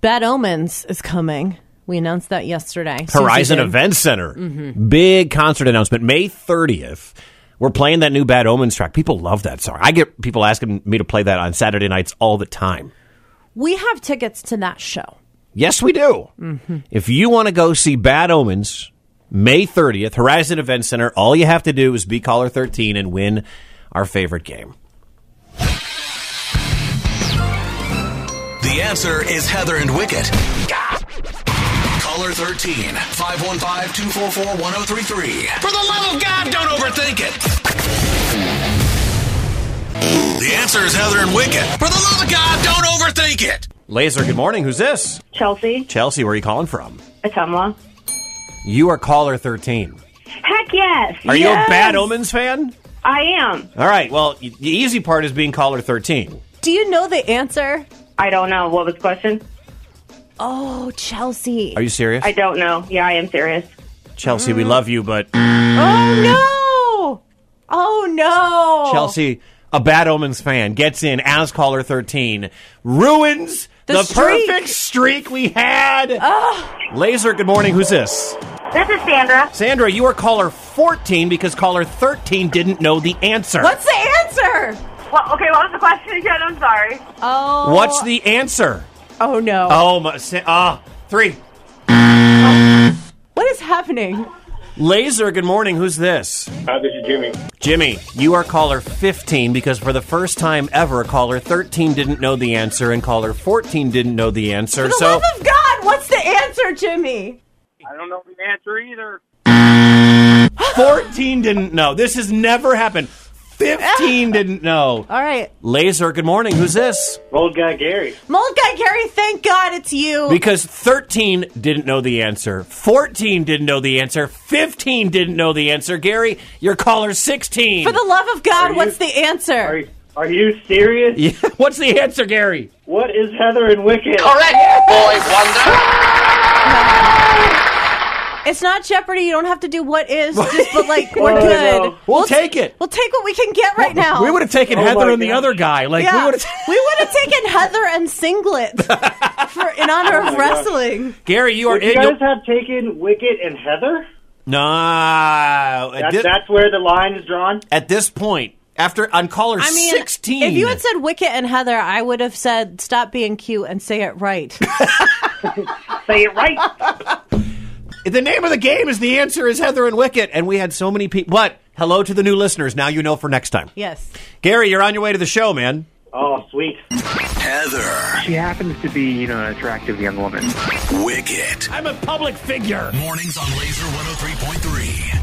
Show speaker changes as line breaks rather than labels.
Bad Omens is coming. We announced that yesterday. Susie
Horizon
did.
Event Center. Big concert announcement May 30th. We're playing that new Bad Omens track. People love that song. I get people asking me to play that on Saturday nights all the time.
We have tickets to that show.
Yes, we do. If you want to go see Bad Omens, May 30th, Horizon Event Center, all you have to do is be caller 13 and win our favorite game.
The answer is Heather and Wicket. Caller 13 515 244 1033. For the love of God, don't overthink it. The answer is Heather and Wicket. For the love of God, don't overthink it.
Laser, good morning. Who's this?
Chelsea,
Chelsea, where are you calling from?
Atumla.
You are caller 13.
Heck yes.
Are you a
Yes.
Bad Omens fan?
I am.
All right. Well, y- the easy part is being caller 13.
Do you know the answer?
I don't know. What was the question?
Oh, Chelsea.
Are you serious?
I don't know. Yeah, I am serious.
Chelsea,
Mm.
we love you, but
oh no! Oh no!
Chelsea, a Bad Omens fan, gets in as caller 13, ruins the,
The streak. Ah.
perfect streak we had. Laser, good morning. Who's this?
This is Sandra.
Sandra, you are caller 14 because caller 13 didn't know the answer.
What's the answer?
Well, okay, what was the question again? I'm sorry.
Oh,
What's the answer?
Oh no!
Oh, my. Sa- Ah, three.
What is happening?
Laser, good morning. Who's this?
Hi, this is Jimmy.
Jimmy, you are caller 15 because for the first time ever, caller 13 didn't know the answer and caller 14 didn't know the answer.
For the
so
love of God! What's the answer, Jimmy?
I don't know the answer either.
14 didn't know. This has never happened. 15 didn't know.
All right,
Laser, good morning. Who's this?
Old guy Gary.
Mold Guy Gary. Thank God it's you.
Because 13 didn't know the answer. 14 didn't know the answer. 15 didn't know the answer. Gary, you're caller 16.
For the love of God,
you-
what's the answer?
Are, are you serious?
What's the answer, Gary?
What is Heather and Wicked?
Correct, boy wonder.
It's not Jeopardy. You don't have to do what is, just but like we're
Oh,
good.
no.
We'll,
We'll
take it.
We'll take what we can get right now.
We would have taken
Oh
Heather
my
and the
gosh.
other guy. Like we
Yeah,
would have.
we would have taken Heather and Singlet for in honor of wrestling.
Gary, you are.
Would you
igno-
guys have taken Wicked and Heather?
No. At,
That,
thi-
that's where the line is drawn.
at this point, after on caller
I mean,
16.
if you had said Wicket and Heather, I would have said stop being cute and say it right.
Say it right.
the name of the game is the answer is Heather and Wicket, and we had so many people. But hello to the new listeners. Now you know for next time.
yes.
Gary, you're on your way to the show, man.
oh, sweet.
Heather,
She happens to be, you know, an attractive young woman.
Wicket.
I'm a public figure.
oh Mornings on Laser 103.3.